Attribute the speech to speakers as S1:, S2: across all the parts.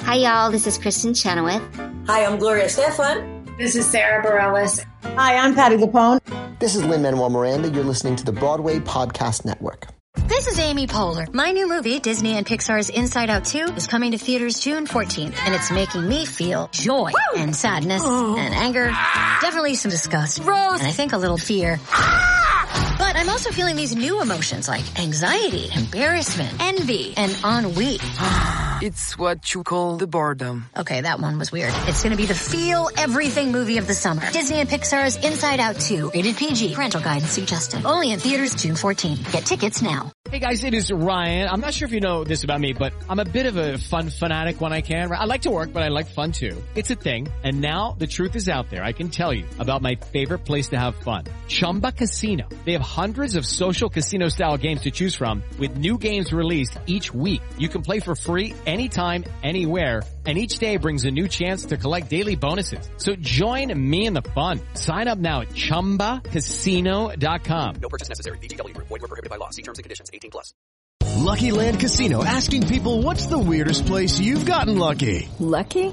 S1: Hi, y'all. This is Kristen Chenoweth.
S2: Hi, I'm Gloria Stefan.
S3: This is Sarah Bareilles.
S4: Hi, I'm Patty Lapone.
S5: This is Lynn Manuel Miranda. You're listening to the Broadway Podcast Network.
S6: This is Amy Poehler. My new movie, Disney and Pixar's Inside Out 2, is coming to theaters June 14th, and it's making me feel joy Woo! and sadness oh. and anger, ah! definitely some disgust, Rose. and I think a little fear. Ah! But I'm also feeling these new emotions like anxiety, embarrassment, envy, and ennui.
S7: It's what you call the boredom.
S6: Okay, that one was weird. It's gonna be the feel everything movie of the summer. Disney and Pixar's Inside Out 2, rated PG, parental guidance suggested. Only in theaters June 14. Get tickets now.
S8: Hey guys, it is Ryan. I'm not sure if you know this about me, but I'm a bit of a fun fanatic when I can. I like to work, but I like fun too. It's a thing. And now the truth is out there. I can tell you about my favorite place to have fun. Chumba Casino. They have hundreds of social casino style games to choose from with new games released each week. You can play for free anytime, anywhere, and each day brings a new chance to collect daily bonuses. So join me in the fun. Sign up now at ChumbaCasino.com.
S9: No purchase necessary. BGW. Void were prohibited by law. See terms and conditions. 18 plus.
S10: Lucky Land Casino. Asking people, what's the weirdest place you've gotten lucky?
S11: Lucky?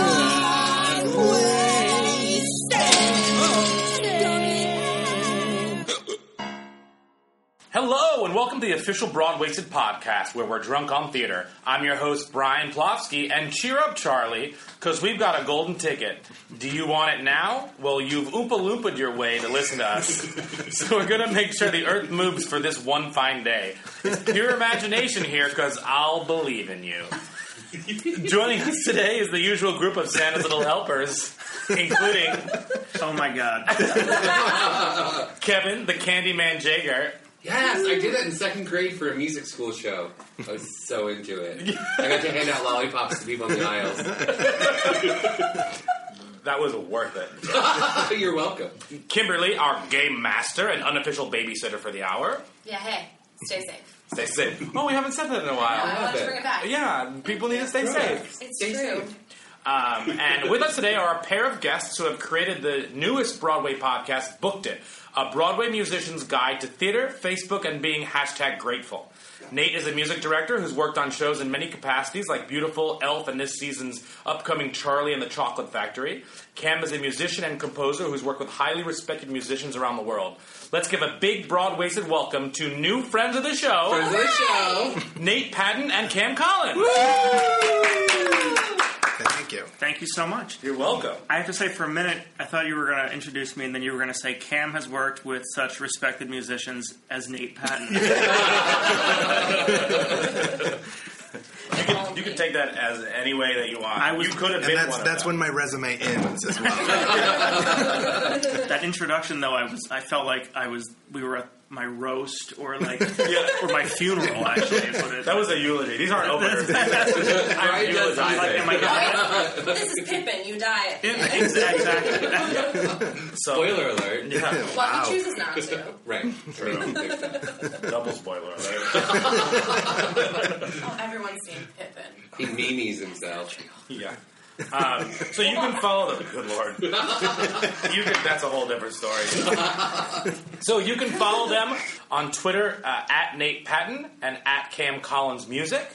S12: Hello, and welcome to the official Broadwasted podcast where we're drunk on theater. I'm your host, Brian Plofsky, and cheer up, Charlie, because we've got a golden ticket. Do you want it now? Well, you've Oopa Loopa'd your way to listen to us. so we're going to make sure the earth moves for this one fine day. It's pure imagination here because I'll believe in you. Joining us today is the usual group of Santa's little helpers, including.
S13: Oh my god.
S12: Kevin, the Candyman Jager.
S14: Yes, I did that in second grade for a music school show. I was so into it. I got to hand out lollipops to people in the aisles.
S12: That was worth
S14: it. You're welcome.
S12: Kimberly, our game master and unofficial babysitter for the hour.
S15: Yeah, hey, stay safe.
S12: Stay safe. Oh, we haven't said that in a while.
S15: No, let's bring it back.
S12: Yeah, people need to stay safe.
S15: It's stay true. Safe.
S12: Um, and with us today are a pair of guests who have created the newest Broadway podcast, Booked It, a Broadway musician's guide to theater, Facebook, and being hashtag grateful. Nate is a music director who's worked on shows in many capacities like Beautiful, Elf, and this season's upcoming Charlie and the Chocolate Factory. Cam is a musician and composer who's worked with highly respected musicians around the world. Let's give a big, broad-waisted welcome to new friends of the show,
S14: friends of the
S12: show, Nate Patton and Cam Collins.
S13: Woo!
S16: Thank you.
S13: Thank you so much.
S12: You're welcome.
S13: I have to say, for a minute, I thought you were going to introduce me, and then you were going to say Cam has worked with such respected musicians as Nate Patton.
S12: you, can, you can take that as any way that you want.
S13: I was-
S12: you could have
S16: And
S12: been
S16: that's
S12: one
S16: that's
S12: of them.
S16: when my resume ends as well.
S13: that introduction, though, I was I felt like I was we were at my roast or like or my funeral. Actually, is what it,
S12: That was a eulogy. These aren't openers. I'm
S14: Brian does
S12: eulogy.
S13: like,
S14: either.
S13: am I dying?
S15: This is Pippin. You die. at the end.
S13: exactly.
S12: So,
S14: Spoiler alert.
S12: Yeah,
S15: Well, he chooses not to.
S14: Right.
S12: double spoiler alert.
S15: Oh, everyone's seen Pippin.
S14: he memes himself.
S12: Yeah. Um, so you can follow them. Good lord. You can, that's a whole different story. so you can follow them on Twitter uh, at Nate Patton and at Cam Collins Music.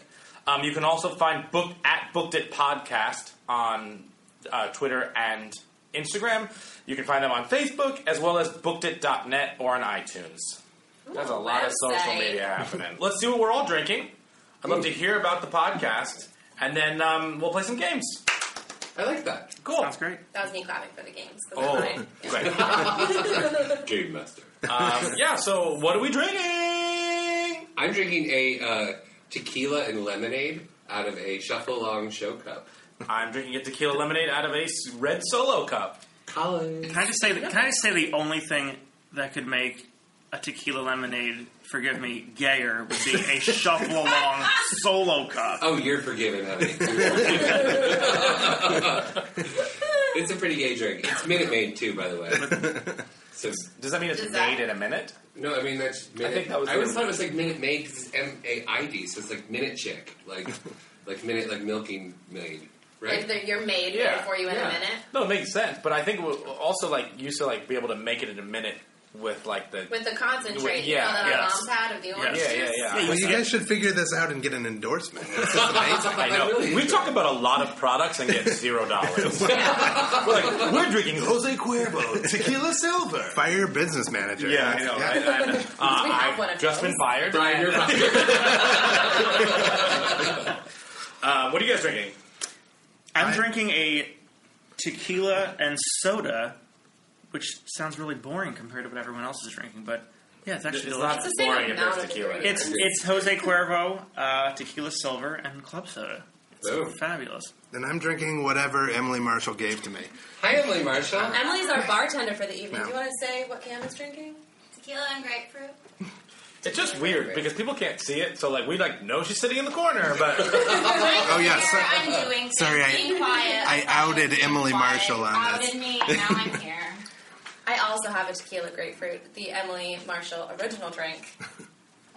S12: Um, you can also find book at Booked It Podcast on uh, Twitter and Instagram. You can find them on Facebook as well as bookedit.net or on iTunes. There's a lot of social
S15: website.
S12: media happening. Let's see what we're all drinking. I'd love to hear about the podcast, and then um, we'll play some games.
S14: I like that.
S12: Cool.
S13: Sounds great.
S15: That was me clapping for the games. 'cause
S12: Oh,
S15: I'm lying.
S12: great.
S14: Game master.
S12: Um, yeah, so what are we drinking?
S14: I'm drinking a uh, tequila and lemonade out of a shuffle along show cup.
S12: I'm drinking a tequila lemonade out of a s- red solo cup.
S14: College.
S13: Can I just say? that- Can I just say the only thing that could make a tequila lemonade, forgive me, gayer would be a shuffle along solo cup.
S14: Oh, you're forgiven, honey. It's a pretty gay drink. It's Minute Maid too, by the way. So
S12: Does that mean it's
S14: Does
S12: made in
S14: that-
S12: a minute?
S14: No, I mean that's. Minute, I
S12: think that was
S14: always
S12: the-
S14: thought it was like Minute Maid because it's M A I D, so it's like Minute Chick, like like minute like milking maid,
S15: Like
S14: right?
S15: that you're made
S12: Yeah,
S15: before you in
S12: yeah.
S15: a minute.
S12: No, it makes sense. But I think we'll also like you used to like be able to make it in a minute with like the
S15: With the concentrate,
S12: With-
S15: you know,
S12: yeah,
S15: that
S12: yes.
S15: our moms had of the orange
S12: Yeah, yeah,
S15: juice.
S12: yeah.
S16: Well, you guys should figure this out and get an endorsement. This is amazing.
S12: I know. We talk about a lot of products and get zero dollars. we're like, we're drinking Jose Cuervo, Tequila Silver.
S16: Fire your business manager.
S12: Yeah, I know. I, I, uh,
S15: We have one
S12: I've
S15: of
S12: just
S15: those.
S12: been fired.
S14: Brian, you're
S12: uh, what are you guys drinking?
S13: I'm drinking a tequila and soda, which sounds really boring compared to what everyone else is drinking, but yeah, it's actually
S12: It's not
S13: delicious.
S15: It's the same
S12: boring if there's
S15: amount of
S12: tequila. in it.
S13: It's it's Jose Cuervo, uh, tequila silver, and club soda. It's
S16: Boom.
S13: fabulous.
S16: Then I'm drinking whatever Emily Marshall gave to me.
S14: Hi, Emily Marshall.
S15: Emily's our bartender for the evening.
S16: Yeah.
S15: Do you want to say what Cam is drinking?
S3: Tequila and grapefruit.
S12: It's just weird because people can't see it, so like we like know she's sitting in the corner, but
S16: Oh yeah, so-
S3: I'm doing
S16: sorry,
S3: being
S16: I,
S3: quiet.
S16: I outed Emily Marshall on this.
S3: outed me, and now I'm here.
S15: I also have a tequila grapefruit, the Emily Marshall original drink,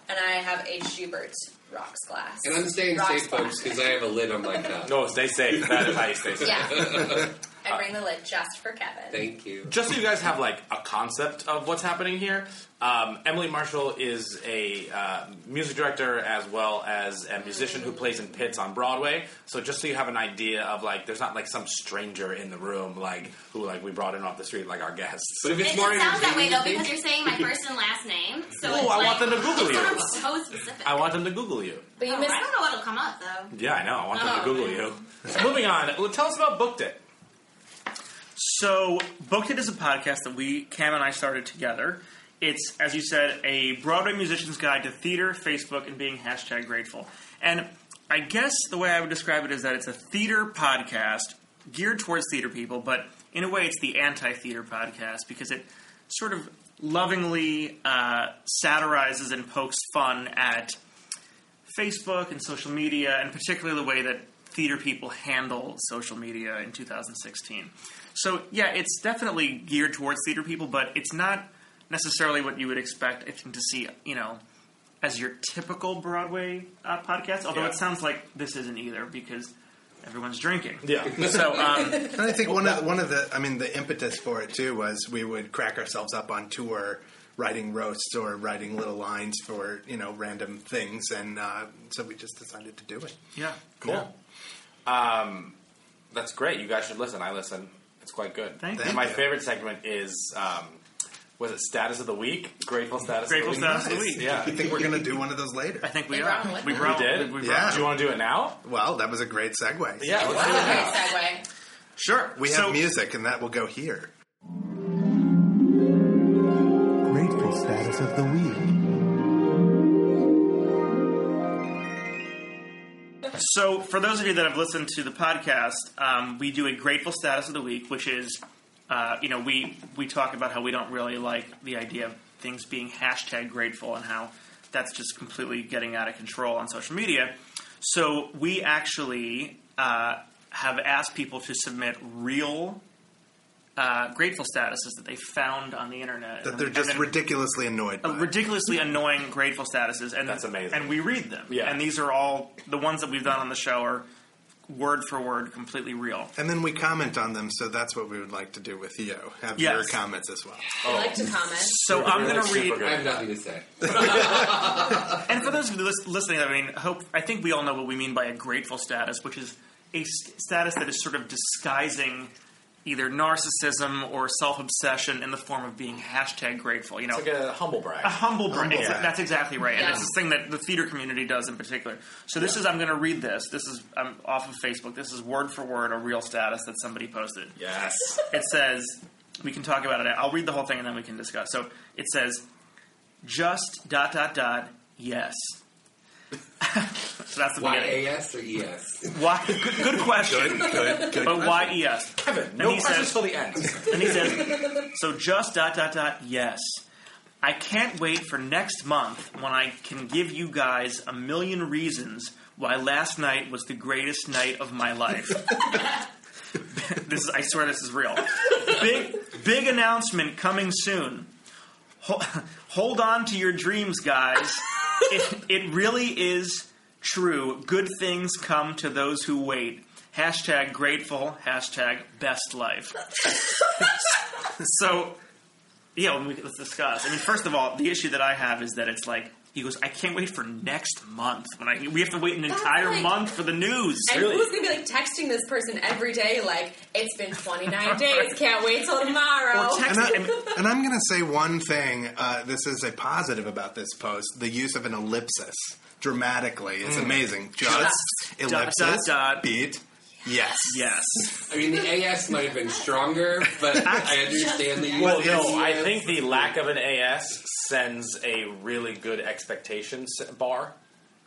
S15: and I have a Schubert rocks glass.
S14: And I'm staying
S15: Rocks
S14: safe,
S15: glass.
S14: folks, because I have a lid on my cup.
S12: no, Oh, stay safe. That is how you stay safe.
S15: Yeah. I bring the lid just for Kevin.
S14: Thank you.
S12: Just so you guys have like a concept of what's happening here, um, Emily Marshall is a uh, music director as well as a musician who plays in pits on Broadway. So just so you have an idea of like, there's not like some stranger in the room like who like we brought in off the street like our guests.
S14: But if
S3: It sounds that way though because you're saying my first and last name. So
S12: Ooh,
S3: it's
S12: I
S3: like,
S12: want them to Google
S3: it's
S12: you.
S3: sort of so specific.
S12: I want them to Google you.
S15: But you
S3: Oh,
S15: missed.
S3: I don't know what'll come up though.
S12: Yeah, I know. I want them to
S3: Oh,
S12: Google you. So moving on, well, tell us about Booked It.
S13: So, Booked It is a podcast that we, Cam and I, started together. It's, as you said, a Broadway musician's guide to theater, Facebook, and being hashtag grateful. And I guess the way I would describe it is that it's a theater podcast geared towards theater people, but in a way it's the anti theater podcast because it sort of lovingly uh, satirizes and pokes fun at Facebook and social media, and particularly the way that theater people handle social media in 2016. So, yeah, it's definitely geared towards theater people, but it's not necessarily what you would expect, I think, to see, you know, as your typical Broadway uh, podcast, although
S16: Yeah.
S13: it sounds like this isn't either because everyone's drinking.
S12: Yeah.
S13: So, um,
S16: and I think one of one of the I mean the impetus for it too was we would crack ourselves up on tour writing roasts or writing little lines for you know random things and uh, so we just decided to do it.
S13: yeah.
S12: Cool. Um, that's great. You guys should listen. I listen. It's quite good.
S13: Thank
S12: and
S13: you.
S12: my favorite segment is um, was it status of the week? Grateful status.
S13: Grateful
S12: of the week.
S13: status of the week.
S12: Yeah.
S16: I think we're gonna do one of those later. I
S13: think we are. We
S12: We did.
S16: yeah.
S12: Do you want to do it now?
S16: Well, that was a great segue.
S12: Yeah, let's do it now.
S15: Segue.
S16: Sure. We have
S12: So-
S16: music, and that will go here.
S4: Grateful status of the week.
S13: So, for those of you that have listened to the podcast, um, we do a grateful status of the week, which is, uh, you know, we we talk about how we don't really like the idea of things being hashtag grateful and how that's just completely getting out of control on social media. So, we actually uh, have asked people to submit real. Uh, grateful statuses that they found on the internet
S16: That
S13: And-
S16: they're
S13: and
S16: just
S13: then-
S16: ridiculously annoyed.
S13: uh, ridiculously annoying grateful statuses, and that's amazing. And we read them, yeah. And these are all the ones that we've done on the show are word for word, completely real.
S16: And then we comment on them, so that's what we would like to do with Theo. Have
S13: Yes.
S16: your comments as well.
S12: Oh.
S15: I like to comment.
S13: So I'm going to read.
S14: I have nothing to say.
S13: and for those of you lis- listening, I mean, hope I think we all know what we mean by a grateful status, which is a s- status that is sort of disguising either narcissism or self-obsession in the form of being hashtag grateful. You know,
S12: It's like a humble brag.
S13: A humble brag.
S12: Humble
S13: Exa-
S12: brag.
S13: That's exactly right,
S12: Yeah.
S13: and it's this thing that the theater community does in particular. So this is I'm going to read this. This is I'm off of Facebook. This is word for word a real status that somebody posted.
S12: Yes.
S13: it says we can talk about it. I'll read the whole thing and then we can discuss. So it says just dot dot dot yes. so that's the beginning.
S14: Y-A-S or E E-S?
S13: Why? Good, good question.
S14: Good, good, good
S13: But why
S14: question.
S13: ES?
S14: Kevin,
S13: And
S14: no
S13: he
S14: questions
S13: says,
S14: for the ends.
S13: And he says, so just dot dot dot yes. I can't wait for next month when I can give you guys a million reasons why last night was the greatest night of my life. this is, I swear this is real. big, big announcement coming soon. Ho- Hold on to your dreams, guys. It, it really is true. Good things come to those who wait. Hashtag grateful. Hashtag best life. so, yeah, well, we, let's discuss. I mean, first of all, the issue that I have is that it's like he goes, I can't wait for next month when I we have to wait an
S15: That's
S13: entire
S15: like-
S13: month for the news.
S15: And who's gonna be like texting this person every day? Like it's been 29 days, can't wait till tomorrow.
S16: and, I, and I'm going to say one thing. Uh, this is a positive about this post. The use of an ellipsis dramatically is
S14: Mm.
S16: amazing.
S14: Just-
S16: Just ellipsis
S14: dot,
S16: beat. Yes.
S13: Yes.
S14: I mean, the AS might have been stronger, but I understand the.
S12: Well,
S14: use
S12: no,
S14: of
S12: I
S14: the-
S12: think the lack of an AS sends a really good expectations bar.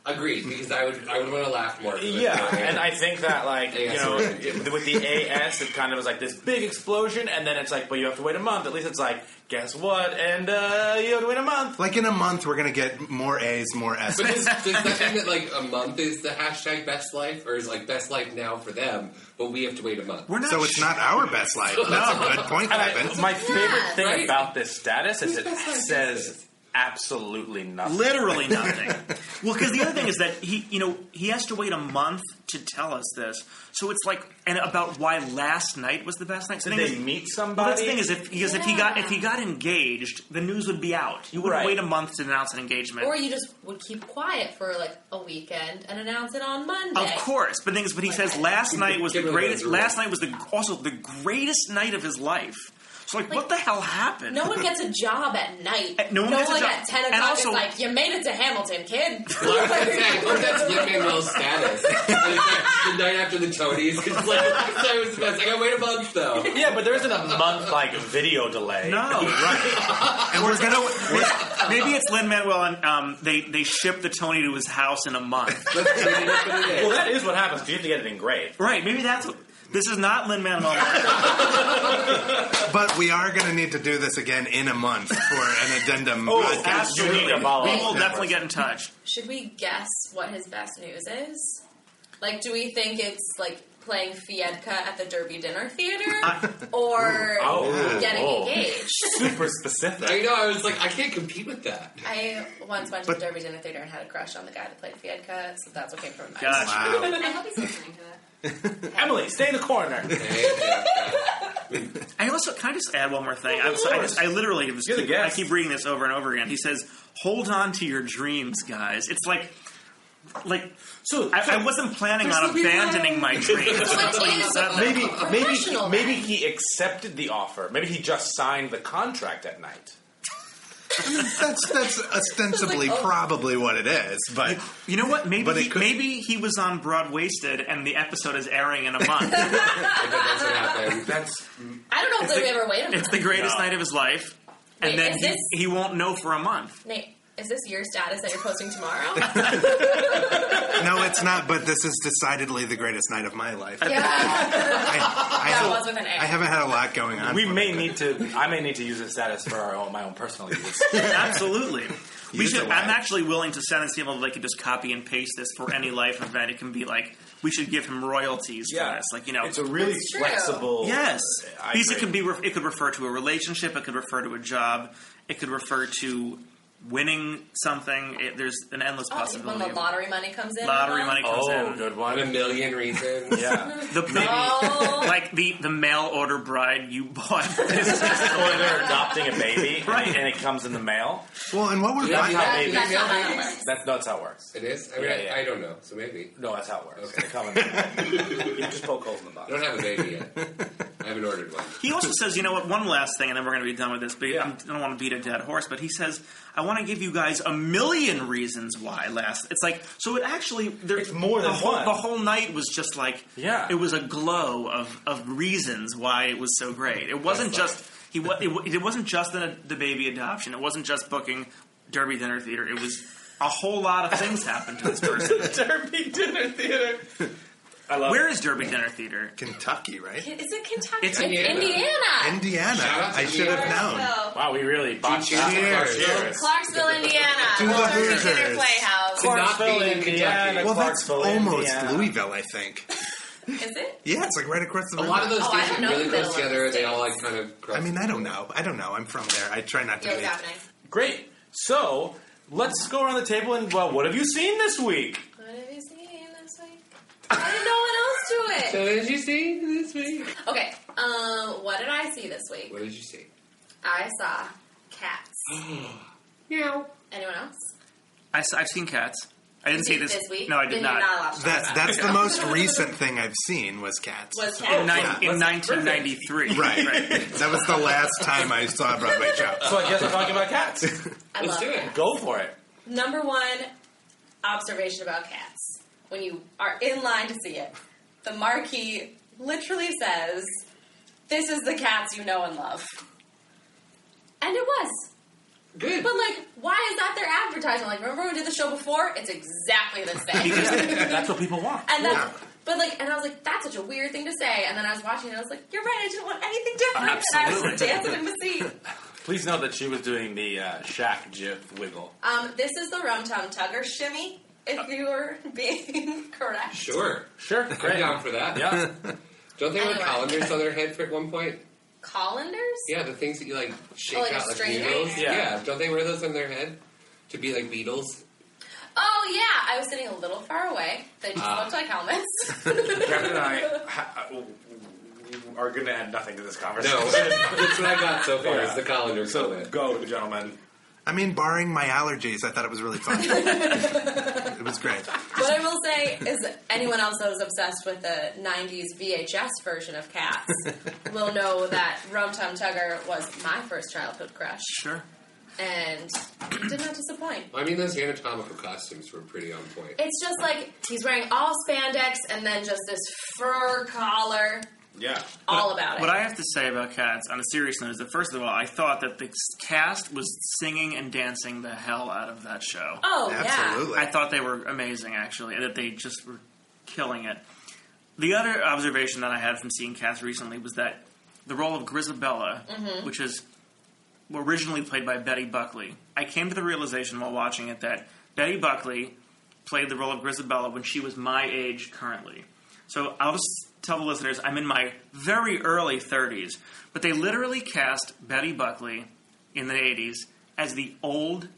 S14: Agreed, because I would I would want to laugh more. if it was
S12: Yeah,
S14: not-
S12: and I think that like you
S14: AS
S12: know
S14: is ridiculous.
S12: with the AS, it kind of was like this big explosion, and then it's like, but you have to wait a month. At least it's like, guess what? And uh, you have to wait a month.
S16: Like in a month, we're going to get more A's, more S's.
S14: But does, does that mean that like a month is the hashtag best life, or is like best life now for them, but we have to wait a month?
S16: We're not So it's not our best life. That's a good point,
S12: And I-
S16: Kevin.
S12: my favorite thing
S14: Right?
S12: about this status is
S14: Whose
S12: it
S14: best life is
S12: says absolutely nothing.
S13: Literally nothing. well, because the other thing is that he, you know, he has to wait a month to tell us this. So it's like, and about why last night was the best night. So
S12: Did
S13: the
S12: they
S13: thing is-
S12: meet
S13: Well, that's
S12: somebody?
S13: the thing is, if because if he got if he got engaged, the news would be out. You wouldn't
S12: Right.
S13: wait a month to announce an engagement.
S15: Or you just would keep quiet for like a weekend and announce it on Monday.
S13: Of course, but the thing is, but he says last night was the
S14: Give him
S13: greatest.
S14: those rules.
S13: Last night was the also the greatest night of his life. So like, what the hell happened?
S15: No one gets a job at night.
S13: Eh, no one gets a job.
S15: at 10
S13: And
S15: o'clock
S13: also-
S15: is like, you made it to Hamilton, kid.
S14: Well, I was gonna say, I hope that's Lin Manuel's status. And it's like the night after the Tonys, because like that was the best. I gotta wait a month though.
S12: Yeah, but there isn't a month like video delay.
S13: No,
S12: right.
S13: and we're gonna we're- maybe it's Lin Manuel and um, they they ship the Tony to his house in a month.
S12: well, that is what happens. 'cause You have to get it engraved.
S13: Right? Maybe that's what, this is not Lin Manuel.
S16: But we are going to need to do this again in a month for an addendum.
S12: Oh,
S16: podcast.
S12: absolutely. You need to follow
S13: we
S12: up.
S13: will definitely get in touch.
S15: Should we guess what his best news is? Like, do we think it's like playing Fiedka at the Derby Dinner Theater or
S12: Oh,
S15: getting
S12: oh.
S15: engaged?
S12: Super specific.
S14: I know. I was like, I can't compete with that.
S15: I once went to
S14: But-
S15: the Derby Dinner Theater and had a crush on the guy that played Fiedka, so that's what came from my
S12: Gotcha.
S13: Uh,
S12: Wow.
S3: I hope he's listening to that.
S12: Emily, stay in the corner.
S13: I also can I just add one more thing? I, was, I, just, I literally was,
S12: You're the
S13: I
S12: guest.
S13: keep reading this over and over again. He says, "Hold on to your dreams, guys." It's like. Like so, I, I wasn't planning
S12: There's
S13: on
S12: no reason why-
S13: abandoning my dreams. That's what he said.
S12: maybe maybe he, maybe he accepted the offer. Maybe he just signed the contract at night.
S16: That's that's ostensibly
S13: Like, oh.
S16: probably what it is, but
S13: you know what? Maybe
S16: But it
S13: he,
S16: could-
S13: maybe he was on Broad Wasted, and the episode is airing in a month. that's
S14: what happened.
S12: That's
S15: I don't know if
S13: It's
S15: they
S13: the-
S15: ever wait a minute.
S13: It's the greatest night of his life, and
S15: Wait,
S13: then
S15: is
S13: he,
S15: this-
S13: he won't know for a month.
S15: Nate, is this your status that you're posting tomorrow?
S16: no, it's not. But this is decidedly the greatest night of my life.
S15: that was with an
S16: I haven't had a lot going on.
S12: We may need to. I may need to use this status for our own, my own personal use.
S13: Absolutely. We should, I'm actually willing to send and see if they could just copy and paste this for any life event. It can be like we should give him royalties for this. Like you know, it's a
S12: really That's true. flexible-
S13: Yes,
S12: I
S13: these it
S12: agree.
S13: could be. Re- it could refer to a relationship. It could refer to a job. It could refer to winning something. It, there's an endless
S15: Oh, when
S13: possibility.
S15: the
S13: of-
S15: lottery money comes in.
S13: lottery money comes
S12: Oh,
S13: in.
S12: good one.
S14: A million reasons.
S12: Yeah.
S13: The maybe, like the the mail order bride you bought.
S12: or they're adopting a baby, right? And it comes in the mail.
S16: Well, and what we're
S12: That's
S16: buying,
S12: how babies.
S15: That's not how it works.
S12: That's that's how it works.
S14: It is. I mean,
S12: Yeah,
S14: I,
S12: yeah.
S14: I don't know. So maybe
S12: No, that's how it works. They come in the mail. you just poke holes in the
S14: I
S12: box.
S14: don't have a baby yet. I haven't ordered one.
S13: He also says, you know what? One last thing, and then we're going to be done with this. But I'm- I don't want to beat a dead horse. But he says, I want to give you guys a million reasons why. Last, it's like so. It actually, there, it's more
S12: than
S13: the whole,
S12: one.
S13: The whole night was just like,
S12: Yeah.
S13: it was a glow of of reasons why it was so great. It wasn't
S12: That's
S13: just he. wa- It, wa- it wasn't just the, the baby adoption. It wasn't just booking Derby Dinner Theater. It was a whole lot of things happened to this person.
S12: Derby Dinner Theater. I love
S13: Where is Derby Dinner Theater?
S16: Kentucky, right?
S15: Is it Kentucky?
S13: It's
S15: Indiana.
S13: Indiana.
S16: Indiana. I should have known.
S12: Wow, we really botched
S16: Cheers.
S12: that.
S16: Cheers.
S15: Clarksville, Indiana.
S16: To the
S15: Derby
S16: Hoosiers.
S15: Dinner Playhouse.
S12: Clarksville,
S14: Not being in
S12: Indiana.
S16: Well, that's
S12: Clarksville,
S16: almost
S12: Indiana.
S16: Louisville, I think.
S15: Is it?
S16: Yeah, it's like right across the
S14: A
S16: river.
S14: lot of those
S15: Oh, I don't
S14: stations
S15: know
S14: really
S15: the
S14: close
S15: middle
S14: together.
S15: ones.
S14: They all like kind of. Cross.
S16: I mean, I don't know. I don't know. I'm from there. I try not to
S15: Yeah,
S16: be.
S15: what's happening?
S12: Great. So let's go around the table and well, what have you seen this week?
S15: What have you seen this week? Why did no one else do it?
S14: So what did you see this week?
S15: Okay, um, what did I see this week?
S14: What did you see?
S15: I saw cats. Meow. Anyone else?
S13: I, have seen cats. I didn't see
S15: You did
S13: this.
S15: this week?
S13: No, I
S15: Then
S13: did
S15: you're
S13: not.
S15: not allowed to
S16: That's that's the most recent thing I've seen was cats.
S15: Was cats.
S13: in, nine in 1993.
S16: Right. That was the last time I saw Broadway Chow.
S12: So I guess we're talking about cats.
S15: I love cats.
S12: Go for it.
S15: Number one observation about cats when you are in line to see it, the marquee literally says, This is the cats you know and love. And it was.
S14: Good.
S15: But, like, why is that their advertisement? Like, remember when we did the show before? It's exactly the same.
S12: Because that's what people want.
S15: And then, but like, and I was like, that's such a weird thing to say. And then I was watching, and I was like, you're right. I didn't want anything different. And I was
S12: Absolutely.
S15: dancing in the seat.
S12: Please note that she was doing the uh, Shaq GIF wiggle.
S15: Um, this is the Rum Tum Tugger shimmy. If you were being correct,
S14: Sure.
S12: Sure.
S14: I'm down for that.
S12: Yeah.
S14: Don't they have
S15: Anyway.
S14: colanders on their head for at one point?
S15: Colanders.
S14: Yeah, the things that you like shake
S15: Oh, like a
S14: out like
S15: string
S14: needles.
S15: hanger?
S14: Yeah.
S15: Yeah.
S14: Don't they wear those on their head to be like beetles?
S15: Oh yeah, I was sitting a little far away. They just
S14: Ah.
S15: looked like helmets.
S12: Kevin and I ha- uh, are going to add nothing to this conversation.
S14: No, that's what I got so far. Is
S12: Yeah.
S14: the colander
S12: So
S14: comment.
S12: go, gentlemen.
S16: I mean, barring my allergies, I thought it was really fun. it was great.
S15: what I will say is, anyone else that was obsessed with the '90s VHS version of Cats will know that Rum Tum Tugger was my first childhood crush.
S13: Sure.
S15: and did not disappoint.
S14: I mean, those anatomical costumes were pretty um, on point.
S15: It's just like he's wearing all spandex and then just this fur collar.
S12: Yeah.
S15: All about it.
S13: What I have to say about cats on a serious note is that first of all, I thought that the cast was singing and dancing the hell out of that show.
S15: Oh, yeah. Absolutely.
S13: I thought they were amazing actually, and that they just were killing it. The other observation that I had from seeing cats recently was that the role of Grisabella,
S15: Mhm.
S13: which is originally played by Betty Buckley, I came to the realization while watching it that Betty Buckley played the role of Grisabella when she was my age currently. So I'll just tell the listeners I'm in my very early 30s, but they literally cast Betty Buckley in the 80s as the old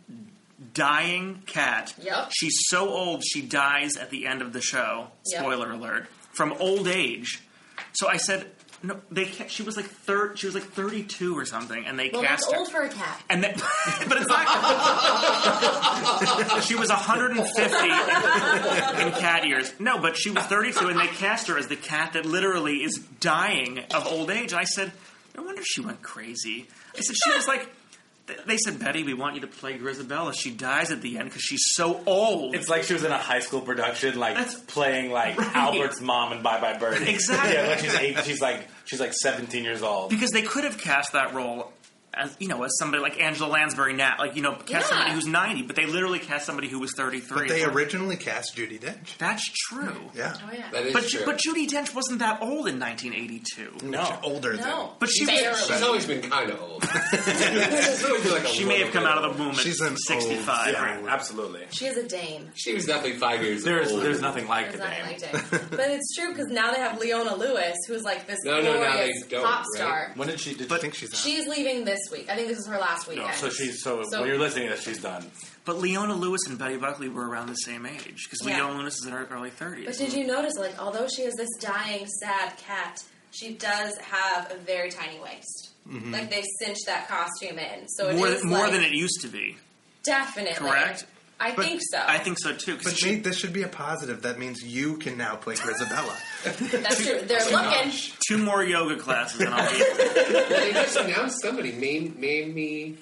S13: dying cat.
S15: Yep.
S13: She's so old she dies at the end of the show.
S15: Yep.
S13: Spoiler alert. From old age. So I said no, they ca- she was like thir- she was like 32 or something and they
S15: Well,
S13: cast
S15: that's
S13: her.
S15: old for a cat.
S13: And that, but it's not. she was 150 in cat years. No, but she was 32, and they cast her as the cat that literally is dying of old age. And I said, no wonder she went crazy. I said she was like. th- They said, Betty, we want you to play Grisabella. She dies at the end because she's so old.
S12: It's like she was in a high school production, like playing like Albert's mom and Bye Bye Birdie.
S13: Exactly.
S12: Yeah, like she's eight, she's like she's like seventeen years old.
S13: Because they could have cast that role as you know, as somebody like Angela Lansbury now, like you know, cast
S15: Yeah.
S13: somebody who's ninety, but they literally cast somebody who was thirty three.
S16: But they originally cast Judy Dench.
S13: That's true.
S16: Yeah.
S15: Oh, yeah.
S14: That is
S13: but,
S14: true.
S13: But Judy Dench wasn't that old in nineteen eighty two.
S16: Much older
S15: No.
S13: But she
S15: Barely.
S13: was.
S14: She's always been kind of old. She's always been, like, a
S13: She may have come out of the womb at
S14: She's
S16: an
S13: sixty five.
S12: old- yeah, absolutely.
S15: She is a dame.
S14: She was definitely five years
S12: There's
S14: old.
S12: there's nothing like
S15: There's
S12: it.
S15: nothing like dame. But it's true because now they have Leona Lewis, who's like this
S14: No, no,
S15: glorious
S14: now they don't.
S15: pop
S14: right?
S15: star.
S12: When did she? Did you think she's
S15: She's leaving this week. I think this is her last weekend.
S12: No, so she's so, when you're listening to this, she's done.
S13: But Leona Lewis and Betty Buckley were around the same age because
S15: Yeah.
S13: Leona Lewis is in her early thirties.
S15: But did you notice, like, although she is this dying, sad cat, she does have a very tiny waist.
S13: Mhm.
S14: Mm-hmm.
S15: Like they cinched that costume in, so it
S13: more
S15: is,
S13: than, more
S15: like,
S13: than it used to be?
S15: definitely
S13: Correct?
S15: I
S16: But
S15: think so.
S13: think so too.
S16: But she, this should be a positive. That means you can now play Grisabella.
S15: That's true. They're looking.
S13: Two more yoga classes and I'll be
S14: they just announced somebody, Mam- Mamie.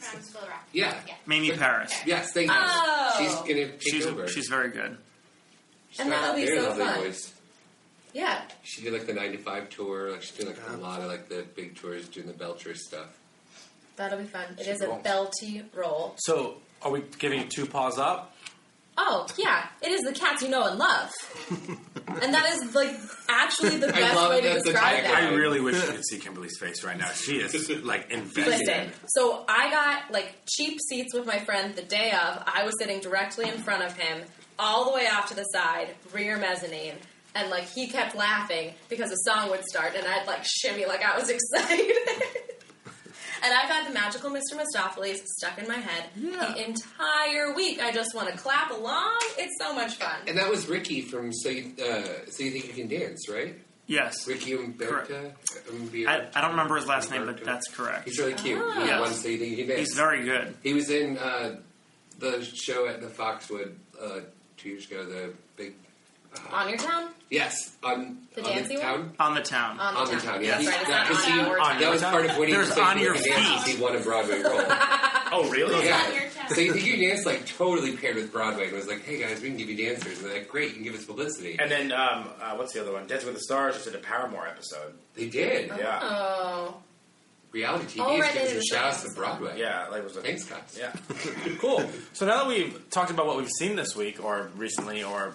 S14: Yeah.
S13: Mamie Paris.
S14: Yes, thank you.
S15: Oh.
S14: She's gonna take
S13: She's
S14: over.
S13: she's very good.
S15: And that'll be
S14: Very
S15: so
S14: lovely
S15: fun.
S14: voice.
S15: Yeah.
S14: She did like the nine to five tour. Like she did like a lot of like the big tours, doing the Belcher stuff.
S15: That'll be fun. It
S12: She
S15: is a
S12: won't.
S15: belty roll.
S12: So are we giving two paws up?
S15: Oh, yeah. It is the cats you know and love. and that is, like, actually the
S12: I
S15: best
S12: love
S15: way to
S12: that the
S15: describe that.
S12: I really wish you could see Kimberly's face right now. She is like invested.
S15: Listen, so I got like cheap seats with my friend the day of. I was sitting directly in front of him, all the way off to the side, rear mezzanine. and like he kept laughing because a song would start, and I'd like shimmy like I was excited. and I got the magical Mr. Mistopheles stuck in my head the entire week. I just want to clap along. It's so much fun.
S14: And that was Ricky from So You, uh, so you Think You Can Dance, right?
S13: Yes.
S14: Ricky Umberta?
S13: I, I don't remember his last name, but that's correct.
S14: He's really cute. He
S13: Yes.
S14: won So You Think You Can Dance.
S13: He's very good.
S14: He was in uh, the show at the Foxwood uh, two years ago, the big.
S15: On your town?
S14: Yes, on
S15: The
S14: on
S15: dancing one?
S14: the town.
S13: On the town.
S15: On the
S14: on the
S15: town.
S14: town. Yeah,
S15: That's
S14: He-
S15: right, it's not
S14: that, was
S15: on
S14: he-
S15: our town.
S14: that was part of what he
S13: There's
S14: was saying
S13: on
S14: he
S13: your
S14: could dance,
S13: feet.
S14: He won a Broadway role.
S13: oh, really?
S14: Yeah.
S13: On your town.
S14: So you think you dance like totally paired with Broadway and was like, hey guys, we can give you dancers. And they're like, great, you can give us publicity.
S12: And then um, uh, what's the other one? Dancing with the Stars just did a Paramore episode.
S14: They did.
S12: Yeah.
S15: Oh.
S14: Reality TV
S15: Oh,
S14: is
S15: right,
S14: giving
S15: they
S14: us
S15: did
S14: a
S15: the
S14: shout outs to
S15: second
S14: Broadway.
S12: Yeah, like it was a,
S14: Thanks, guys.
S12: Yeah, cool. So now that we've talked about what we've seen this week, or recently, or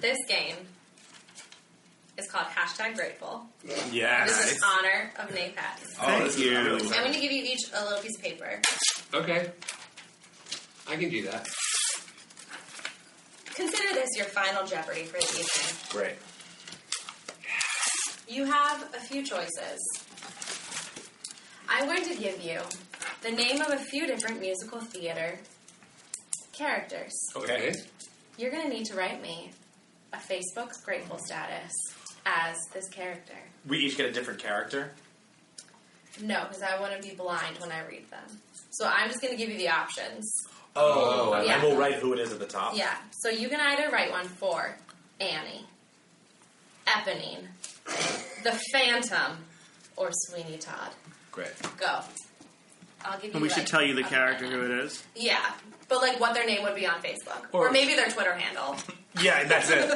S15: This game is called hashtag grateful.
S14: Yes.
S15: This is in honor of Nate Patton.
S14: Oh, this is
S12: Thank
S14: really
S15: I'm
S14: exciting.
S15: going to give you each a little piece of paper.
S14: Okay. I can do that.
S15: Consider this your final Jeopardy for the evening.
S12: Great.
S15: You have a few choices. I'm going to give you the name of a few different musical theater characters.
S14: Okay.
S15: You're going to need to write me a Facebook grateful status as this character.
S12: We each get a different character.
S15: No, because I want to be blind when I read them. So I'm just going to give you the options.
S12: Oh,
S15: yeah.
S12: I will write who it is at the top.
S15: Yeah. So you can either write one for Annie, Eponine, the Phantom, or Sweeney Todd.
S12: Great.
S15: Go. I'll give you.
S13: And we
S15: like,
S13: should tell you the character who it is.
S15: Yeah, but like what their name would be on Facebook, or,
S13: Or-
S15: maybe their Twitter handle.
S12: Yeah, that's it.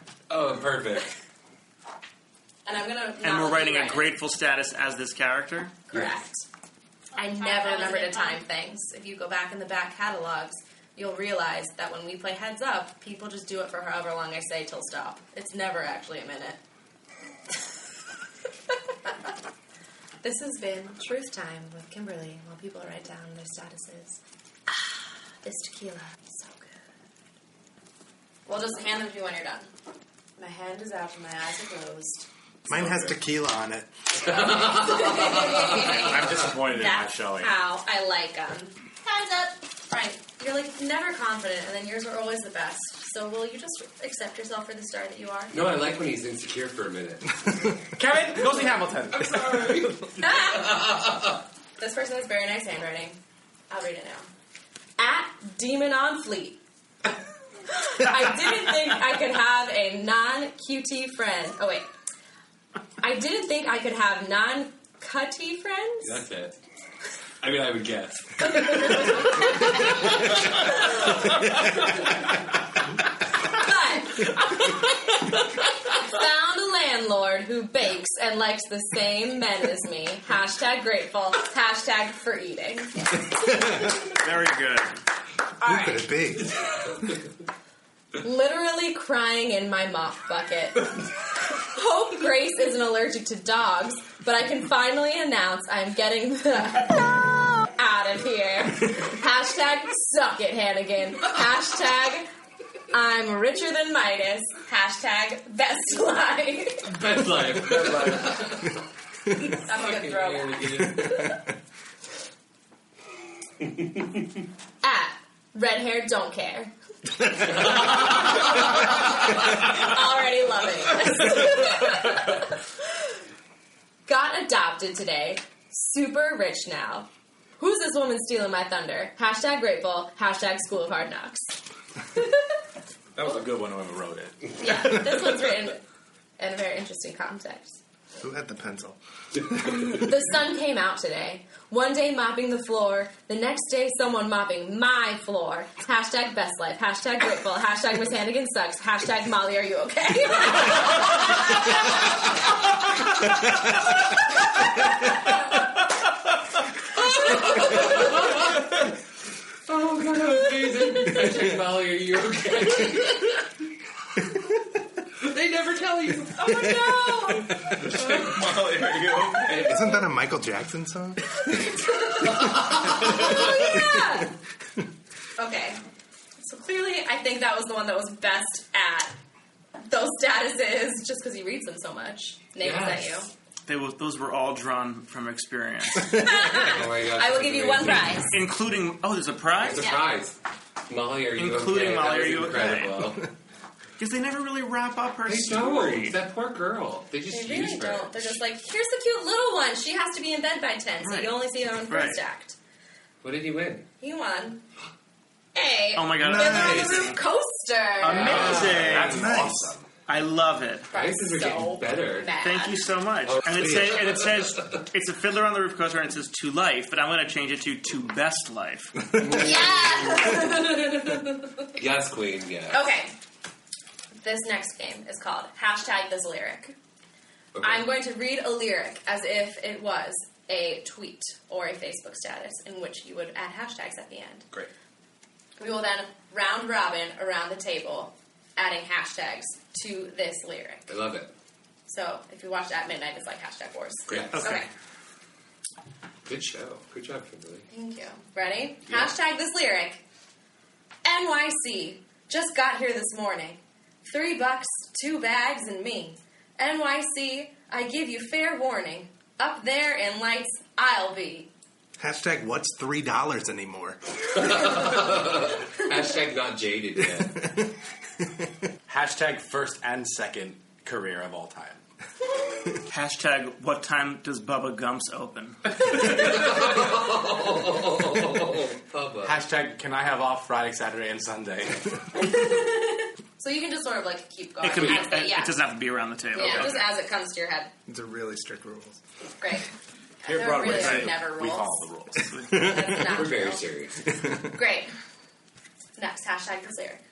S14: oh, perfect.
S15: And I'm gonna.
S13: And
S15: not
S13: we're
S15: let
S13: writing
S15: you
S13: a
S15: write it.
S13: grateful status as this character.
S15: Correct. I never remember to time things. If you go back in the back catalogs, you'll realize that when we play Heads Up, people just do it for however long I say till stop. It's never actually a minute. this has been Truth Time with Kimberly while people write down their statuses. Ah, this tequila. So good. Well, just hand them to me when you're done. My hand is out and my eyes are closed.
S16: Mine has tequila on it.
S12: I'm disappointed in my
S15: That's
S12: showing.
S15: how I like them. Time's up. Frank, you're like never confident, and then yours are always the best. So will you just accept yourself for the star that you are?
S14: No, I like when he's insecure for a minute.
S12: Kevin, go see Hamilton.
S15: This person has very nice handwriting. I'll read it now. At Demon on Fleet. I didn't think I could have a non-QT friend. Oh wait. I didn't think I could have non-cutty friends.
S14: That's it. I mean, I would guess.
S15: Found a landlord who bakes and likes the same men as me. Hashtag grateful. Hashtag for eating.
S13: Very good.
S16: Who could it be?
S15: Literally crying in my mop bucket. Hope Grace isn't allergic to dogs, but I can finally announce I'm getting the out of here. Hashtag suck it, Hannigan. Hashtag I'm richer than Midas. Hashtag best life.
S14: Best life. Best life.
S15: That's a good throwback. Ah, red hair, don't care. Already loving this. Got adopted today. Super rich now. Who's this woman stealing my thunder? Hashtag grateful. Hashtag school of hard knocks.
S12: That was a good one whoever wrote it.
S15: Yeah, this one's written in a very interesting context.
S16: Who had the pencil?
S15: the sun came out today. One day mopping the floor, the next day someone mopping my floor. Hashtag best life. Hashtag grateful. Hashtag Miss Hannigan sucks. Hashtag Molly, are you okay?
S14: Oh my god, that was amazing. Patrick Molly, are you okay? they never tell you. Oh no!
S16: Molly, are you okay? Isn't that a Michael Jackson song?
S15: oh yeah. Okay. So clearly, I think that was the one that was best at those statuses, just because he reads them so much. Nate was at you.
S13: They will, those were all drawn from experience.
S15: I will give you one prize.
S13: Including, oh, there's a prize?
S15: There's a Yeah. prize.
S14: Molly, are you
S13: Including
S14: okay?
S13: Molly,
S14: That
S13: are
S14: was
S13: you
S14: incredible.
S13: okay? Because they never really wrap up her
S14: They
S13: story.
S14: don't. That poor girl. They just
S15: They really
S14: used her.
S15: don't. They're just like, here's the cute little one. She has to be in bed by ten, so
S14: Right.
S15: you only see her on
S14: Right.
S15: first act.
S14: What did he win?
S15: He won. Hey.
S13: Oh my god,
S15: Fiddler on the
S13: amazing.
S15: Roof coaster.
S13: Amazing.
S14: that's awesome.
S13: I love it.
S15: Prices are getting So better. bad.
S13: Thank you so much.
S14: Oh,
S13: and, it
S14: please.
S13: say, and it says, it's a fiddler on the roof coaster and it says to life, but I'm going to change it to to best life.
S14: Yes, queen. Yeah.
S15: okay. This next game is called hashtag this lyric. I'm going to read a lyric as if it was a tweet or a Facebook status in which you would add hashtags at the end.
S14: Great.
S15: We will then round robin around the table, adding hashtags to this lyric.
S14: I love it.
S15: So if you watch at midnight, it's like hashtag wars.
S14: Great.
S15: Okay.
S14: Good show. Good job, Kimberly.
S15: Thank you. Ready? Hashtag this lyric. NYC. Just got here this morning. Three bucks, two bags, and me. NYC. I give you fair warning. Up there in lights, I'll be.
S16: Hashtag what's three dollars anymore?
S14: Hashtag not jaded yet.
S12: Hashtag first and second career of all time.
S13: Hashtag, what time does Bubba Gumps open?
S12: Hashtag can I have off Friday, Saturday, and Sunday?
S15: So you can just sort of like keep going.
S13: It can be,
S15: as
S13: it,
S15: yeah.
S13: it doesn't have to be around the table.
S15: yeah, just as it comes to your head.
S16: It's a really strict rules.
S15: Great.
S16: Here
S15: There
S16: at Broadway,
S15: really are
S16: too,
S15: never rules.
S16: we follow
S12: the rules.
S15: not
S14: We're very
S15: real.
S14: serious.
S15: Great. Next hashtag this lyric.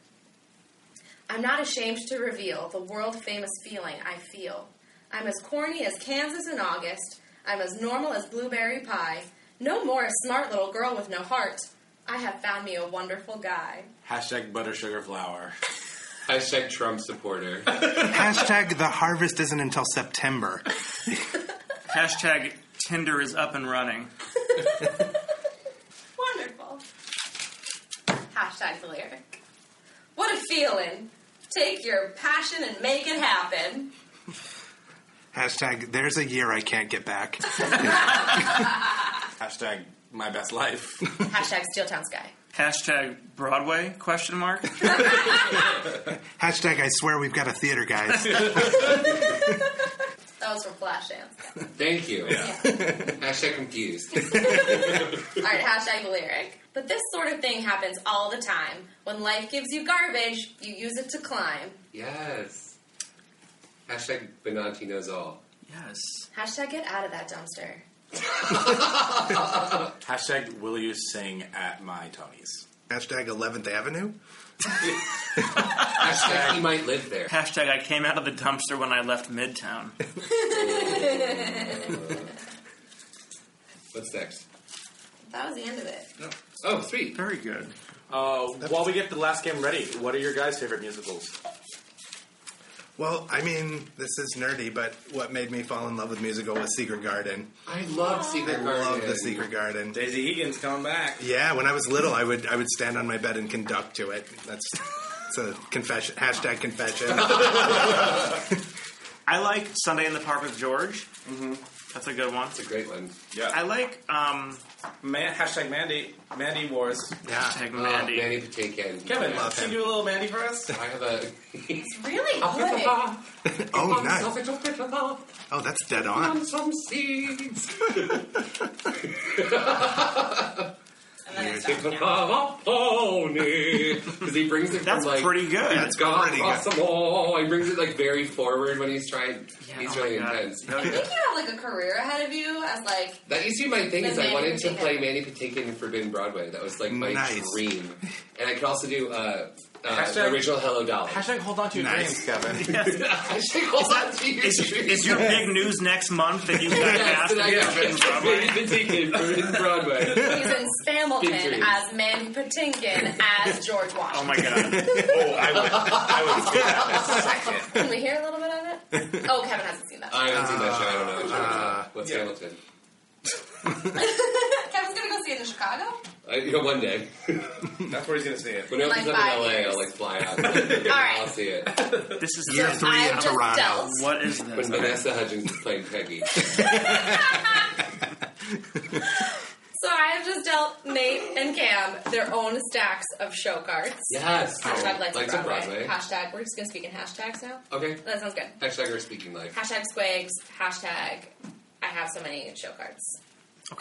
S15: I'm not ashamed to reveal the world famous feeling I feel. I'm as corny as Kansas in August. I'm as normal as blueberry pie. No more a smart little girl with no heart. I have found me a wonderful guy.
S12: Hashtag butter sugar flour.
S14: Hashtag Trump supporter.
S16: Hashtag the harvest isn't until September.
S13: Hashtag Tinder is up and running.
S15: Wonderful. Hashtag the lyric. What a feeling. Take your passion and make it happen.
S16: Hashtag there's a year I can't get back.
S12: Hashtag my best life.
S15: hashtag Steeltown Sky.
S13: Hashtag Broadway question mark.
S16: Hashtag I swear we've got a theater, guys.
S15: That was from Flashdance.
S14: Thank you. Hashtag confused.
S15: All right, hashtag the lyric. But this sort of thing happens all the time. When life gives you garbage, you use it to climb.
S14: Yes. Hashtag Benanti knows all.
S13: Yes.
S15: Hashtag get out of that dumpster.
S12: Hashtag will you sing at my Tony's?
S16: Hashtag 11th Avenue.
S14: Hashtag he might live there.
S13: Hashtag I came out of the dumpster when I left Midtown.
S14: What's next?
S15: That was the end of it.
S14: Oh, sweet.
S13: Very good.
S12: Uh, while we get the last game ready, what are your guys' favorite musicals?
S16: Well, I mean, this is nerdy, but what made me fall in love with musical was Secret Garden.
S14: I love Secret
S16: I
S14: Garden.
S16: love the Secret Garden.
S12: Daisy Egan's coming back.
S16: Yeah, when I was little, I would I would stand on my bed and conduct to it. That's it's a confession. Hashtag confession.
S12: Mm-hmm.
S13: I like Sunday in the Park with George. That's a good one. It's
S14: a great one.
S12: Yeah.
S13: I like um,
S12: man, hashtag Mandy Mandy Wars.
S13: Hashtag
S14: Oh,
S13: Mandy.
S14: Mandy Patinkin.
S12: Kevin,
S14: Love
S12: can
S14: him.
S12: you do a little Mandy for us?
S14: I have a.
S15: Really
S16: Oh,
S14: I'm
S16: nice.
S14: selfish, I'll pick them up.
S16: Oh, that's dead on.
S14: On some seeds. Pick 'em up, pony. Because he brings it from
S13: That's
S14: like
S13: pretty good.
S14: That's pretty good. He brings it like very forward when he's trying. he's
S15: oh
S14: really intense.
S15: I think you have like a career ahead of you as like
S14: That used to be my thing. Is
S15: The
S14: I
S15: Manny
S14: wanted to
S15: Patinkin.
S14: play Manny Patinkin in Forbidden Broadway. That was like my
S16: Nice.
S14: dream. And I could also do uh, uh,
S12: Hashtag-
S14: original Hello Dolly.
S12: Hashtag hold on to your
S13: Nice.
S12: dreams, Kevin.
S14: Hashtag hold on to your
S13: Is,
S14: dreams.
S13: is your big news next month that you've got
S14: Yes,
S13: cast
S14: and I
S13: in
S14: got
S13: Forbidden Broadway?
S14: Manny Patinkin Forbidden Broadway.
S15: he's in Spamilton
S14: Pictures.
S15: as Mandy Patinkin as George Washington.
S13: Oh my god. Oh, I would. I would see that in a second.
S15: Can we hear a little bit of it? Oh, Kevin hasn't seen that.
S13: Uh,
S14: I haven't seen that show. I don't know. which one it is. What's Hamilton?
S15: Kevin's gonna go see it in Chicago.
S14: I, you know, Uh, one day.
S12: That's where he's gonna see it.
S14: When it
S15: Like
S14: opens up
S15: five
S14: in LA,
S15: years.
S14: I'll like fly out.
S15: right.
S14: I'll see it.
S13: This is
S16: Year three
S15: I'm
S16: in
S15: just
S16: Toronto.
S15: jealous.
S13: What is
S14: When
S13: this?
S14: Vanessa Hudgens is playing Peggy.
S15: So I have just dealt Nate and Cam their own stacks of show cards.
S14: Yes.
S15: Hashtag
S14: Oh, Lights
S15: Let's
S14: of
S15: Broadway.
S14: Broadway.
S15: Hashtag. We're just gonna speak in hashtags now.
S14: Okay.
S15: That sounds good.
S14: Hashtag we're speaking like.
S15: Hashtag Squigs. Hashtag. I have so many show cards.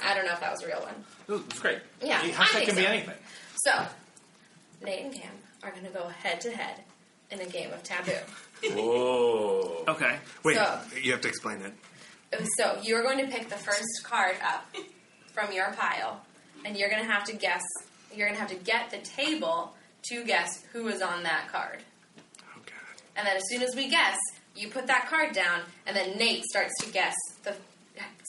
S15: I don't know if that was a real one.
S12: It's great.
S15: Yeah, I
S12: Hashtag
S15: think
S12: can be
S15: so.
S12: anything.
S15: So Nate and Cam are gonna go head to head in a game of taboo.
S12: Whoa.
S13: Okay.
S16: Wait,
S15: So-
S16: you have to explain it.
S15: So you're going to pick the first card up from your pile, and you're going to have to guess. You're going to have to get the table to guess who is on that card.
S13: Oh,
S15: And then as soon as we guess, you put that card down, and then Nate starts to guess the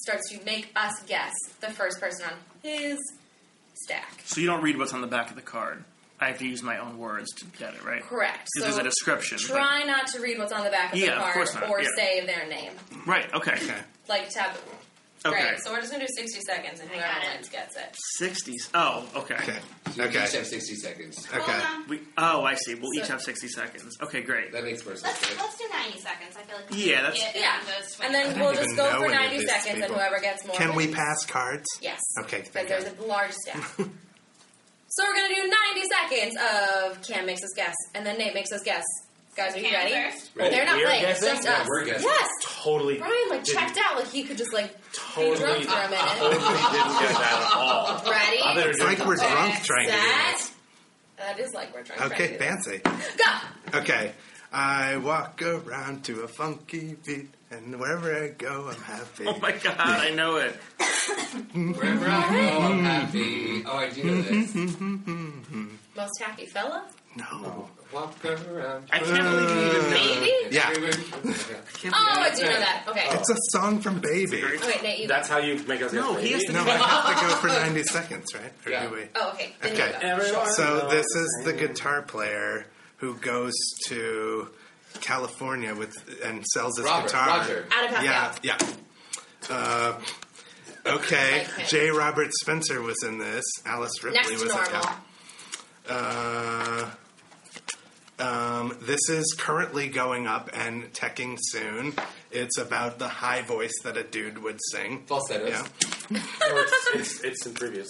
S15: starts to make us guess the first person on his stack.
S13: So you don't read what's on the back of the card. I have to use my own words to get it right.
S15: Correct.
S13: Because there's
S15: So
S13: a description. but-
S15: Try not to read what's on the back of
S13: Yeah, of
S15: the card
S13: course not,
S15: or
S13: yeah.
S15: say their name,
S13: Right. Okay.
S15: like taboo.
S13: Okay.
S15: Right. So we're just gonna do sixty seconds, and whoever wins gets it.
S13: Sixties. Oh. Okay. Okay.
S14: So okay. Each have sixty seconds.
S13: We, oh, I see. We'll each
S15: So-
S13: have sixty seconds. Okay. Great.
S14: That makes more sense.
S3: Let's, let's do 90 seconds. I feel like
S13: Yeah, that's-
S15: Yeah. And then
S16: don't
S15: we'll
S16: even
S15: just go
S16: know
S15: for
S16: any of
S15: 90
S16: these
S15: seconds, and
S16: people.
S15: whoever gets more.
S16: Can we
S15: wins.
S16: pass cards?
S15: Yes.
S16: Okay,
S15: Because
S16: thank
S15: there's
S16: God.
S15: a large stack. so we're going to do 90 seconds of Cam makes us guess, and then Nate makes us guess. Guys, are you
S3: Cam
S15: ready?
S3: first?
S14: Ready.
S15: They're not
S12: We're
S15: playing.
S12: guessing?
S15: It's just
S14: Yeah,
S15: us.
S14: we're guessing.
S15: Yes.
S12: Totally.
S15: Brian like
S12: didn't-
S15: checked out, like he could just like
S12: Totally.
S15: be drunk for a minute.
S12: Totally didn't get that at all.
S15: ready?
S12: I better
S16: It's
S12: do
S16: like
S12: it.
S16: we're drunk trying to do
S15: Set.
S16: this.
S15: That is like we're drunk.
S16: Okay,
S15: trying
S16: fancy.
S15: to do that.
S16: Okay. I walk around to a funky beat, and wherever I go, I'm happy.
S13: Oh my god! I know it.
S14: Wherever I go, I'm happy. Oh, I do know this.
S15: Go. Most happy fella.
S16: No.
S14: Walk around.
S13: I can't believe you even know.
S15: Maybe.
S16: Yeah.
S15: Oh, I do know that. Okay.
S16: It's a song from Baby.
S15: Oh, wait, Nate, you.
S12: That's how you make us.
S13: No, he has to.
S16: No, I have to go for 90 seconds, right? Or
S14: Yeah.
S16: do we?
S15: Oh, okay. Then
S16: Okay.
S15: You go.
S16: So this is the guitar player who goes to California with and sells his
S14: Robert,
S16: guitar.
S14: Roger.
S15: Out of half
S16: Yeah, yeah. Uh, okay,
S15: Like him.
S16: J. Robert Spencer was in this. Alice Ripley
S15: Next to
S16: was in
S15: normal.
S16: yeah. Uh, um, this is currently going up and teching soon. It's about the high voice that a dude would sing.
S14: Falsettos.
S16: Yeah.
S12: No, it's, it's, it's in previous.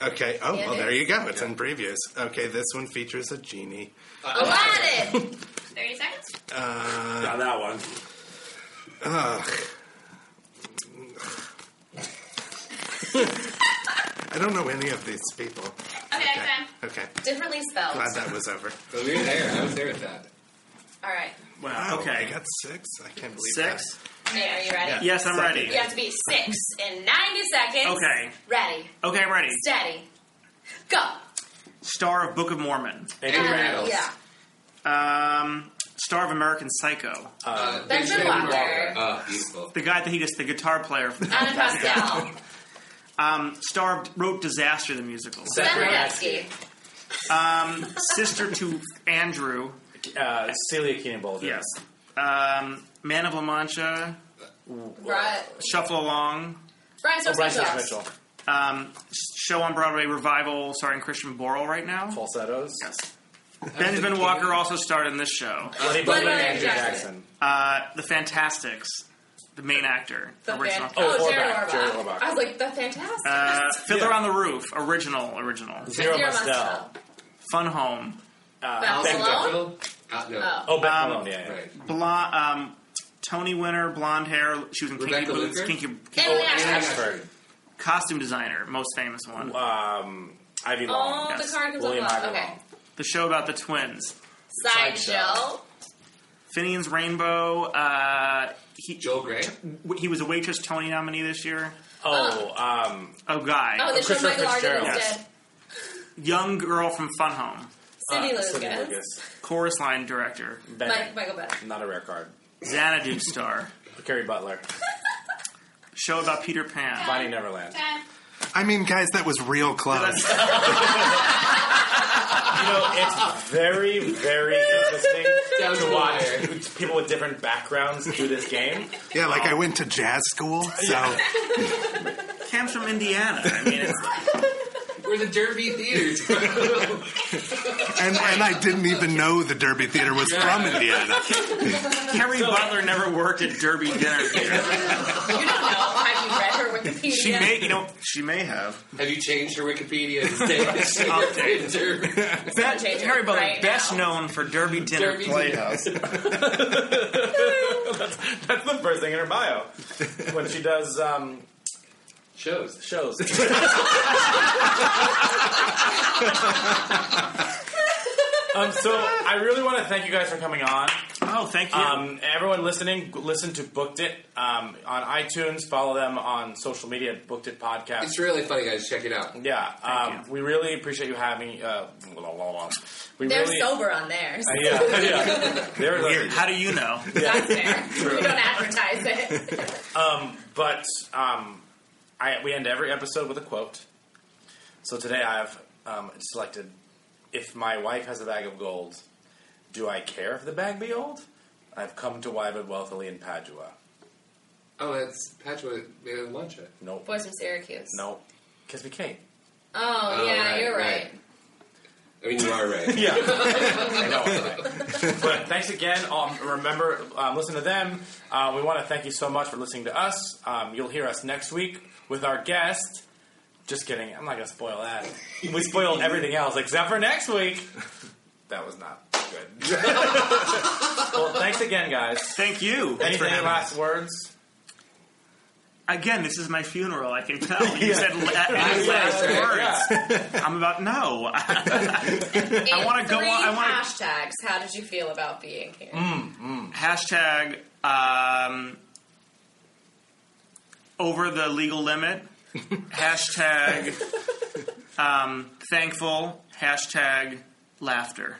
S16: Okay. Oh,
S15: Yeah,
S16: well,
S15: it
S16: there
S15: is.
S16: you go. It's in previews. Okay, this one features a genie.
S15: Aladdin.
S3: 30 seconds?
S12: Not that one.
S16: I don't know any of these people.
S3: Okay, okay.
S16: Okay.
S15: Differently spelled.
S16: Glad that was over.
S14: So we were there. I was there at that.
S15: All right.
S13: Wow.
S16: I
S13: Okay.
S16: got six. I can't believe
S13: Six.
S15: Nate, are you ready?
S16: Yeah.
S13: Yes, I'm
S16: Suck
S13: ready.
S15: You have to be six in 90 seconds.
S13: Okay.
S15: Ready,
S13: Okay, I'm ready.
S15: steady, go. Uh,
S13: Star of Book of Mormon.
S14: Andy Reynolds.
S15: Yeah.
S13: Um, star of American Psycho.
S14: Uh,
S15: Benjamin
S14: Benjamin
S15: Walker.
S14: Walker. Oh, beautiful.
S13: The guy that he just, the guitar player. From
S15: Anna Pascal.
S13: um, star of, wrote Disaster, the musical.
S14: Seth
S15: Zemdevsky.
S13: Sister to Andrew.
S12: Uh, Celia Keenan Bolger.
S13: Yes. Um, Man of La Mancha.
S15: Right.
S13: Shuffle Along.
S15: Brian
S12: Oh, Bryce
S15: Sosa.
S12: Mitchell.
S13: Um, show on Broadway revival starring Christian Borle right now.
S12: Falsettos.
S13: Yes. Benjamin Walker also starred in this show.
S12: Buddy
S15: Buddy
S12: Butler and
S15: Andrew
S12: Andrew
S15: Jackson.
S12: Jackson.
S13: Uh, the Fantastics. the main actor.
S15: The
S13: original.
S15: fan- oh,
S13: Or
S15: Jerry
S13: back,
S15: Orbach.
S13: Jerry Orbach.
S15: I was like, the fantastic.
S13: Uh, Fiddler on the Roof, original, original.
S15: Zero Zero Mostel. Mostel.
S13: Fun Home. Uh,
S15: Beth Beck Malone? Dale. Oh.
S12: Oh, Beth
S13: Um,
S12: Malone, yeah, yeah.
S13: Blonde, um, Tony winner, blonde hair. She was in Kinky
S12: Rebecca
S13: Boots.
S12: Luker?
S13: Kinky,
S12: Anne Ashford.
S13: oh, Anne
S12: Ashford.
S13: Costume designer, most famous one.
S12: Um, Ivy
S15: Long, Oh, the yes. card comes up William last. Ivy Okay. Long.
S13: The show about the twins.
S15: Sideshow.
S13: Finian's Rainbow. Uh, he, Joel Gray. he was a waitress Tony nominee this year.
S15: Oh,
S13: um, oh, guy.
S15: Oh, they showed Michael Arden instead.
S13: Young girl from Fun Home.
S15: Cindy Uh, Lucas. Cindy Lucas.
S13: Chorus line director.
S15: Mike, Michael Bennett.
S13: Not a rare card. Xanadu star. Carrie Butler. Show about Peter Pan. Bonnie Neverland.
S16: I mean, guys, that was real close.
S12: You know, it's very, very interesting
S16: Down
S12: to
S16: the
S12: watch people with different backgrounds do this game.
S16: yeah, like I went to jazz school, so
S13: Cam's from Indiana. I mean, it's
S14: We're the Derby Theaters.
S16: and and I didn't even know the Derby Theater was from Indiana.
S13: Carrie Butler never worked at Derby Dinner Theater.
S15: You don't know. Have you read her Wikipedia?
S13: she may, you know, she may have.
S14: Have you changed your Wikipedia
S13: Update.
S14: instead?
S15: Change it
S13: Harry Butler,
S15: right
S13: best known for Derby Dinner
S15: Derby
S13: Playhouse.
S12: That's the first thing in her bio when she does um, shows. Shows. um, so I really want to thank you guys for coming on.
S13: Oh, thank you.
S12: Um, everyone listening, g- listen to Booked It um, on iTunes. Follow them on social media. Booked It podcast.
S14: It's really funny, guys. Check it out.
S12: Yeah, um, we really appreciate you having. Uh, blah, blah, blah. We
S15: They're
S12: really,
S15: sober on theirs.
S12: Uh, yeah, yeah. They're
S13: Weird. How do you know?
S15: We don't advertise it.
S12: Um, but um, I, we end every episode with a quote. So today I've um, selected If my wife has a bag of gold, do I care if the bag be old? I've come to Wyvern wealthily in Padua.
S14: Oh, that's Padua made a lunch at.
S12: Nope.
S15: Boys from Syracuse.
S12: Nope. Kiss me Kate.
S15: Oh,
S14: Oh,
S15: yeah,
S14: right,
S15: you're right.
S14: right. I mean, you are right.
S12: yeah. I know, right. But thanks again. Um, remember, um, listen to them. Uh, we want to thank you so much for listening to us. Um, you'll hear us next week with our guest. Just kidding. I'm not going to spoil that. We spoiled everything else except for next week. That was not good. well, thanks again, guys.
S13: Thank you.
S12: Anything last words?
S13: Again, this is my funeral. I can tell. You
S12: Yeah.
S13: said la-
S12: I
S13: any
S12: was
S13: last
S12: gonna say,
S13: words. I'm about no. I want to go on.
S15: Three
S13: I want
S15: hashtags. How did you feel about being here?
S13: hashtag um, over the legal limit. hashtag um, thankful. Hashtag laughter.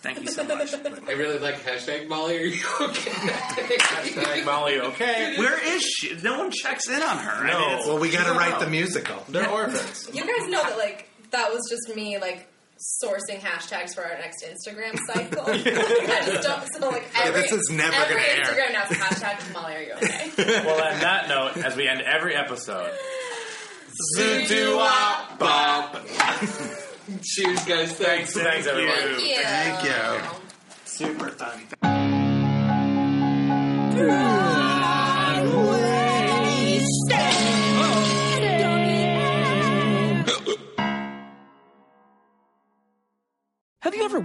S13: Thank you so much.
S14: I really like hashtag Molly. Are you okay? hashtag
S12: Molly, okay?
S13: Where is she? No one checks in on her. I mean, it's-
S16: well, we got to
S13: she's
S16: write
S13: around.
S16: the musical. They're orphans.
S15: You guys know that, like, that was just me, like, sourcing hashtags for our next Instagram cycle. I just don't, so, like,
S12: Yeah,
S15: every,
S12: this is never
S15: every
S12: gonna air.
S15: Instagram now is hashtag Molly, are you okay?
S12: well, on that note, as we end every episode,
S15: Zoodoo-wop,
S12: bop.
S14: Cheers, guys. Thanks.
S12: Thanks, everyone.
S15: you.
S14: Thank
S16: you.
S13: Super fun.
S1: Have you ever